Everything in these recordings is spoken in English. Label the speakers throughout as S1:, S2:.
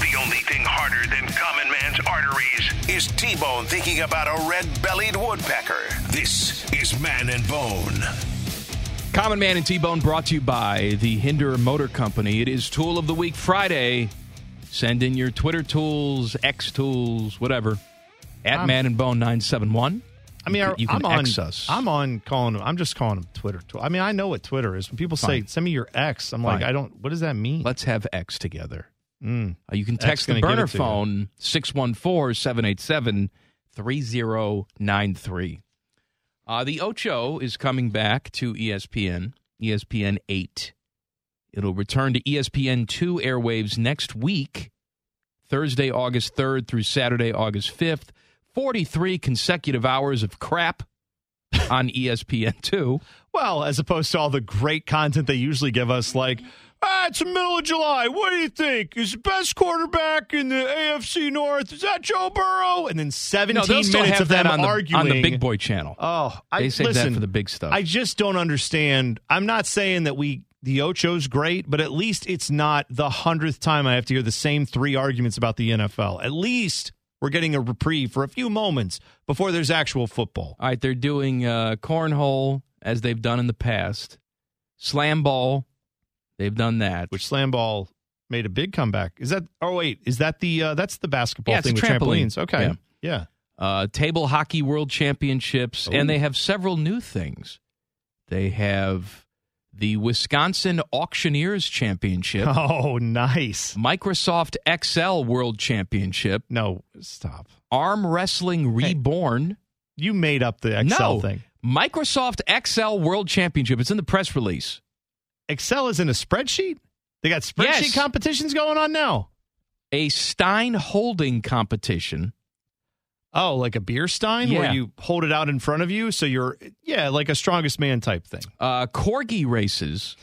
S1: The only thing harder than common man's arteries is T Bone thinking about a red bellied woodpecker. This is Man and Bone.
S2: Common Man and T Bone brought to you by the Hinder Motor Company. It is Tool of the Week Friday. Send in your Twitter tools, X tools, whatever. At
S3: I'm-
S2: Man and Bone 971.
S3: Um, I mean,
S2: You can- you can
S3: I'm on.
S2: X us.
S3: I'm on calling them. I'm just calling them Twitter. tw- I mean, I know what Twitter is. When people say,
S2: Fine.
S3: "Send me your X," I'm like,
S2: Fine.
S3: I don't. What does that mean?
S2: Let's have X together.
S3: Mm.
S2: Uh, you can
S3: X
S2: text the
S3: gonna give
S2: burner
S3: it to you.
S2: phone 614 787 3093. Uh, The Ocho is coming back to E ESPN, ESPN 8. It'll return to E ESPN 2 airwaves next week, Thursday, August 3rd through Saturday, August 5th. 43 consecutive hours of crap on E ESPN 2.
S3: Well, as opposed to all the great content they usually give us, like, ah, it's the middle of July. What do you think? Is the best quarterback in the AFC North? Is that Joe Burrow? And then 17
S2: No, they'll
S3: minutes
S2: still have
S3: of them
S2: that on the,
S3: arguing
S2: on the Big Boy channel.
S3: Oh, I
S2: They saved that
S3: listen,
S2: for the big stuff.
S3: I just don't understand. I'm not saying that we the Ocho's great, but at least it's not the hundredth time I have to hear the same three arguments about the NFL. At least we're getting a reprieve for a few moments before there's actual football.
S2: All right, they're doing uh, cornhole as they've done in the past. Slam ball, they've done that.
S3: Which slam ball made a big comeback. Is that? Oh wait, is that the? Uh, that's the basketball
S2: Yeah, it's
S3: thing
S2: a
S3: with
S2: trampoline.
S3: trampolines. Okay,
S2: Yeah.
S3: yeah.
S2: uh, table hockey world championships, and
S3: Ooh.
S2: they have several new things. They have the Wisconsin Auctioneers Championship,
S3: Oh, nice.
S2: Microsoft XL World Championship,
S3: No, stop.
S2: Arm Wrestling Reborn.
S3: You made up the Excel
S2: no,
S3: thing.
S2: Microsoft XL World Championship. It's in the press release.
S3: Excel is in a spreadsheet. They got spreadsheet
S2: Yes.
S3: competitions going on now.
S2: A Stein holding competition.
S3: Oh, like a beer stein
S2: Yeah.
S3: where you hold it out in front of you, so you're yeah, like a strongest man type thing.
S2: uh, corgi races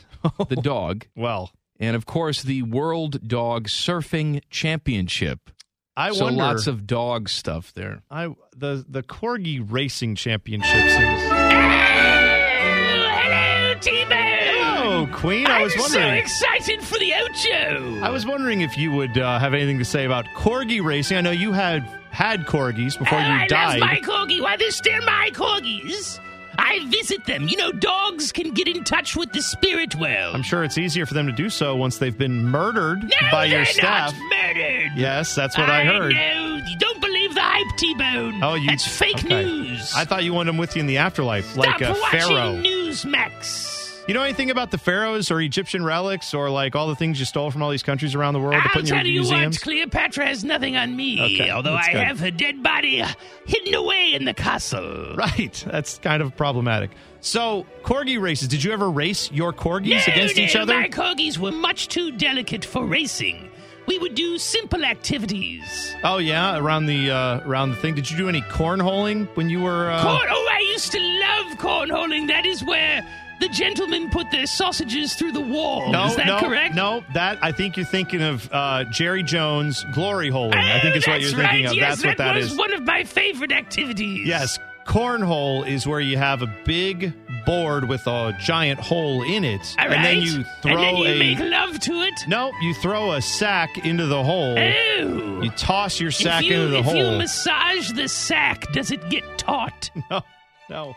S2: the dog
S3: Well,
S2: and of course the world dog surfing championship
S3: I
S2: so
S3: wonder.
S2: lots of dog stuff there
S3: I the the corgi racing championship series.
S4: Hello, T-Bone.
S3: Oh, Queen! I was
S4: I'm so
S3: wondering.
S4: excited for the Ocho.
S3: I was wondering if you would uh, have anything to say about corgi racing. I know you had had corgis before
S4: oh,
S3: you
S4: I
S3: died.
S4: love my corgi. Why, they're still my corgis. I visit them. You know, dogs can get in touch with the spirit world.
S3: I'm sure it's easier for them to do so once they've been murdered
S4: no,
S3: by
S4: they're
S3: your staff.
S4: not murdered.
S3: Yes, that's what I, heard.
S4: know. You don't believe the hype, T-Bone.
S3: Oh, you
S4: That's fake
S3: okay.
S4: news.
S3: I thought you wanted them with you in the afterlife,
S4: Stop
S3: like a
S4: watching
S3: pharaoh.
S4: Newsmax.
S3: You know anything about the pharaohs or Egyptian relics or like all the things you stole from all these countries around the world to
S4: I'll
S3: put in
S4: tell
S3: your
S4: you
S3: museums?
S4: what, Cleopatra has nothing on me,
S3: Okay,
S4: although
S3: that's
S4: I
S3: good.
S4: have her dead body hidden away in the castle.
S3: Right, that's kind of problematic. So, corgi races. Did you ever race your corgis against each
S4: no,
S3: other?
S4: My corgis were much too delicate for racing. We would do simple activities.
S3: Oh yeah, around the uh, around the thing. Did you do any cornholing when you were? Uh,
S4: Corn- oh, I used to love cornholing. That is where the gentlemen put their sausages through the wall.
S3: No,
S4: is that
S3: no,
S4: correct?
S3: no. That I think you're thinking of uh, Jerry Jones glory holing. I think
S4: Oh,
S3: is what
S4: that's
S3: you're
S4: right.
S3: thinking of.
S4: Yes,
S3: that's what that
S4: was
S3: is.
S4: one of my favorite activities.
S3: Yes, cornhole is where you have a big board with a giant hole in it,
S4: All right.
S3: and then you throw
S4: and then you
S3: a
S4: make love to it.
S3: No, you throw a sack into the hole.
S4: Oh.
S3: You toss your sack
S4: if you,
S3: into the
S4: if you
S3: hole.
S4: massage the sack, does it get taut?
S3: no, no.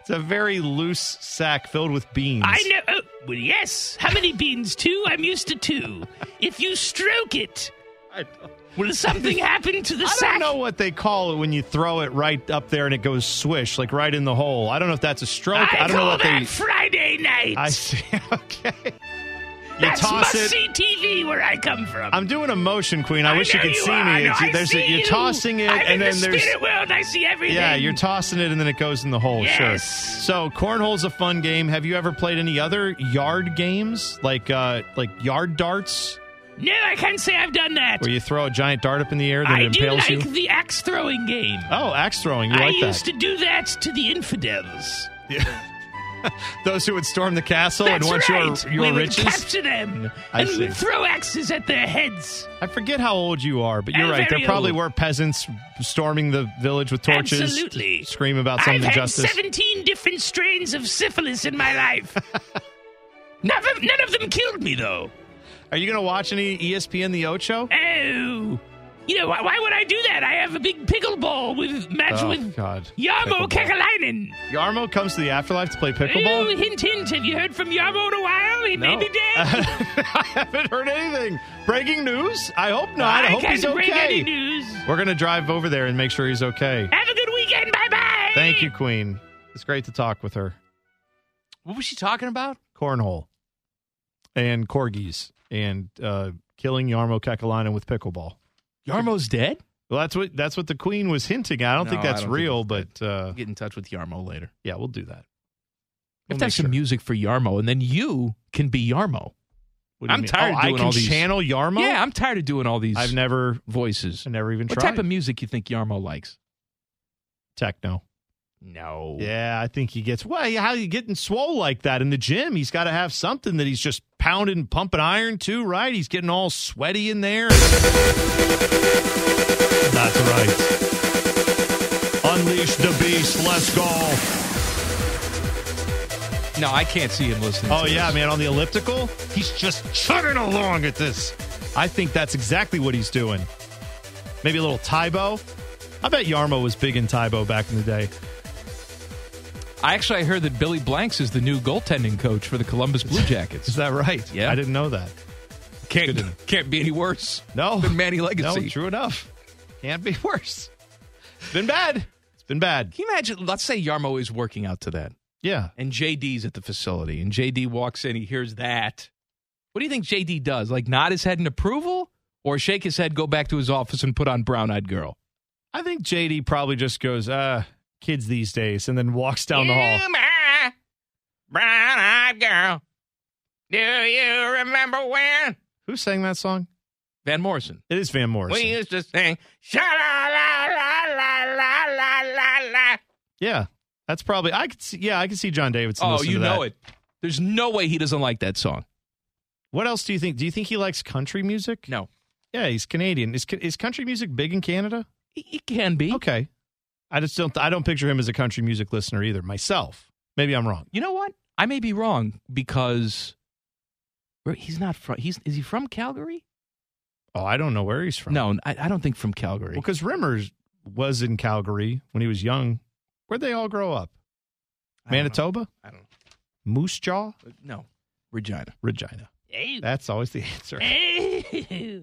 S3: It's a very loose sack filled with beans.
S4: I know. Oh, well, yes. How many beans? Two? I'm used to two. If you stroke it,
S3: I don't,
S4: will something happen to the
S3: I don't
S4: sack?
S3: know what they call it when you throw it right up there and it goes swish, like right in the hole. I don't know if that's a stroke.
S4: I,
S3: I, don't
S4: call
S3: know what
S4: that
S3: they.
S4: Friday night.
S3: I see. Okay. You
S4: That's
S3: toss it.
S4: must-see TV where I come from.
S3: I'm doing a motion, Queen. I, wish you
S4: know
S3: could see
S4: are.
S3: me.
S4: I know.
S3: It's-
S4: I
S3: there's
S4: see
S3: a, you're
S4: you.
S3: tossing it,
S4: I'm
S3: and
S4: in
S3: then
S4: the
S3: there's
S4: spirit world. I see everything.
S3: Yeah, you're tossing it and then it goes in the hole. Sure.
S4: Yes.
S3: So cornhole's a fun game. Have you ever played any other yard games like uh like yard darts?
S4: No, I can't say I've done that.
S3: Where you throw a giant dart up in the air that
S4: I
S3: it
S4: do
S3: impales
S4: like
S3: you?
S4: the axe throwing game.
S3: Oh, axe throwing. You
S4: I
S3: like
S4: used
S3: that.
S4: to do that to the infidels.
S3: Those who would storm the castle
S4: That's
S3: and want
S4: right.
S3: your, your
S4: we
S3: riches.
S4: would capture them
S3: I
S4: and
S3: see.
S4: throw axes at their heads.
S3: I forget how old you are, but you're
S4: I'm
S3: right. There
S4: very
S3: probably
S4: old.
S3: were peasants storming the village with torches.
S4: Absolutely.
S3: Scream about some
S4: I've had
S3: injustice.
S4: 17 different strains of syphilis in my life. none, of, none of them killed me, though.
S3: Are you going to watch any E ESPN The Ocho?
S4: Oh. You know, why, why would I do that? I have a big pickleball with match
S3: Oh,
S4: with
S3: God.
S4: Yarmo
S3: Pickleball.
S4: Kekalainen.
S3: Yarmo comes to the afterlife to play
S4: Oh,
S3: pickleball?
S4: hint, hint. Have you heard from Yarmo in a while? He may be dead.
S3: I haven't heard anything. Breaking news? I hope not. I,
S4: I
S3: hope
S4: can't
S3: he's
S4: bring
S3: okay.
S4: any news.
S3: We're going to drive over there and make sure he's okay.
S4: Have a good weekend. Bye bye.
S3: Thank you, Queen. It's great to talk with her.
S2: What was she talking about?
S3: Cornhole and corgis and uh, killing Yarmo Kekalainen with pickleball.
S2: Yarmo's dead?
S3: Well, that's what that's what the queen was hinting at. I don't
S2: No,
S3: think that's
S2: I don't think
S3: real,
S2: it's
S3: but uh,
S2: Get in touch with Yarmo later.
S3: yeah, we'll do
S2: We
S3: that. We'll
S2: have
S3: make
S2: to have some
S3: sure.
S2: music for Yarmo, and then you can be Yarmo.
S3: What do you
S2: I'm
S3: mean?
S2: tired
S3: Oh,
S2: of doing
S3: I can
S2: all these-
S3: channel Yarmo.
S2: Yeah, I'm tired of doing all these
S3: I've never,
S2: voices.
S3: I never even
S2: What
S3: tried
S2: type of music you think Yarmo likes?
S3: techno.
S2: No.
S3: Yeah, I think he gets. Well, how you getting swole like that in the gym? He's got to have something that he's just pounding, and pumping iron too, right? He's getting all sweaty in there. That's right. Unleash the beast. Let's go.
S2: No, I can't see him listening.
S3: Oh
S2: to
S3: yeah,
S2: this.
S3: man, on the elliptical, he's just chugging along at this. I think that's exactly what he's doing. Maybe a little Tybo. I bet Yarmo was big in Tybo back in the day.
S2: I actually I heard that Billy Blanks is the new goaltending coach for the Columbus Blue Jackets.
S3: Is that right?
S2: Yeah.
S3: I didn't know that.
S2: can't can't be any worse.
S3: No.
S2: than Manny Legacy.
S3: No, true enough. Can't be worse. It's been bad. It's been bad.
S2: Can you imagine? Let's say Yarmo is working out to that,
S3: Yeah.
S2: and JD's at the facility, and JD walks in, he hears that. What do you think JD does? Like nod his head in approval, or shake his head, go back to his office, and put on Brown Eyed Girl?
S3: I think JD probably just goes, uh, kids these days, and then walks down the hall.
S2: Brown Eyed Girl. Do you remember when
S3: Who sang that song?
S2: Van Morrison?
S3: It is Van Morrison.
S2: used to sing sha la la la la la la la la.
S3: yeah. That's probably I could see yeah, I could see John Davidson.
S2: Oh,
S3: listen
S2: you
S3: to that.
S2: know it. There's no way he doesn't like that song.
S3: What else do you think? Do you think he likes country music?
S2: No,
S3: Yeah, he's Canadian. Is ca- is country music big in Canada?
S2: it it can be.
S3: Okay. I just don't I don't picture him as a country music listener either myself. Maybe I'm wrong.
S2: You know what? I may be wrong because where- he's not from. He's is he from Calgary?
S3: Oh, I don't know where he's from.
S2: No, I, I don't think from Calgary.
S3: Well, cuz Rimmers was in Calgary when he was young. Where'd they all grow up?
S2: I don't know.
S3: Manitoba?
S2: I don't
S3: Moose Jaw?
S2: know. No, Regina.
S3: Regina.
S4: Hey.
S3: That's always the answer.
S4: Hey.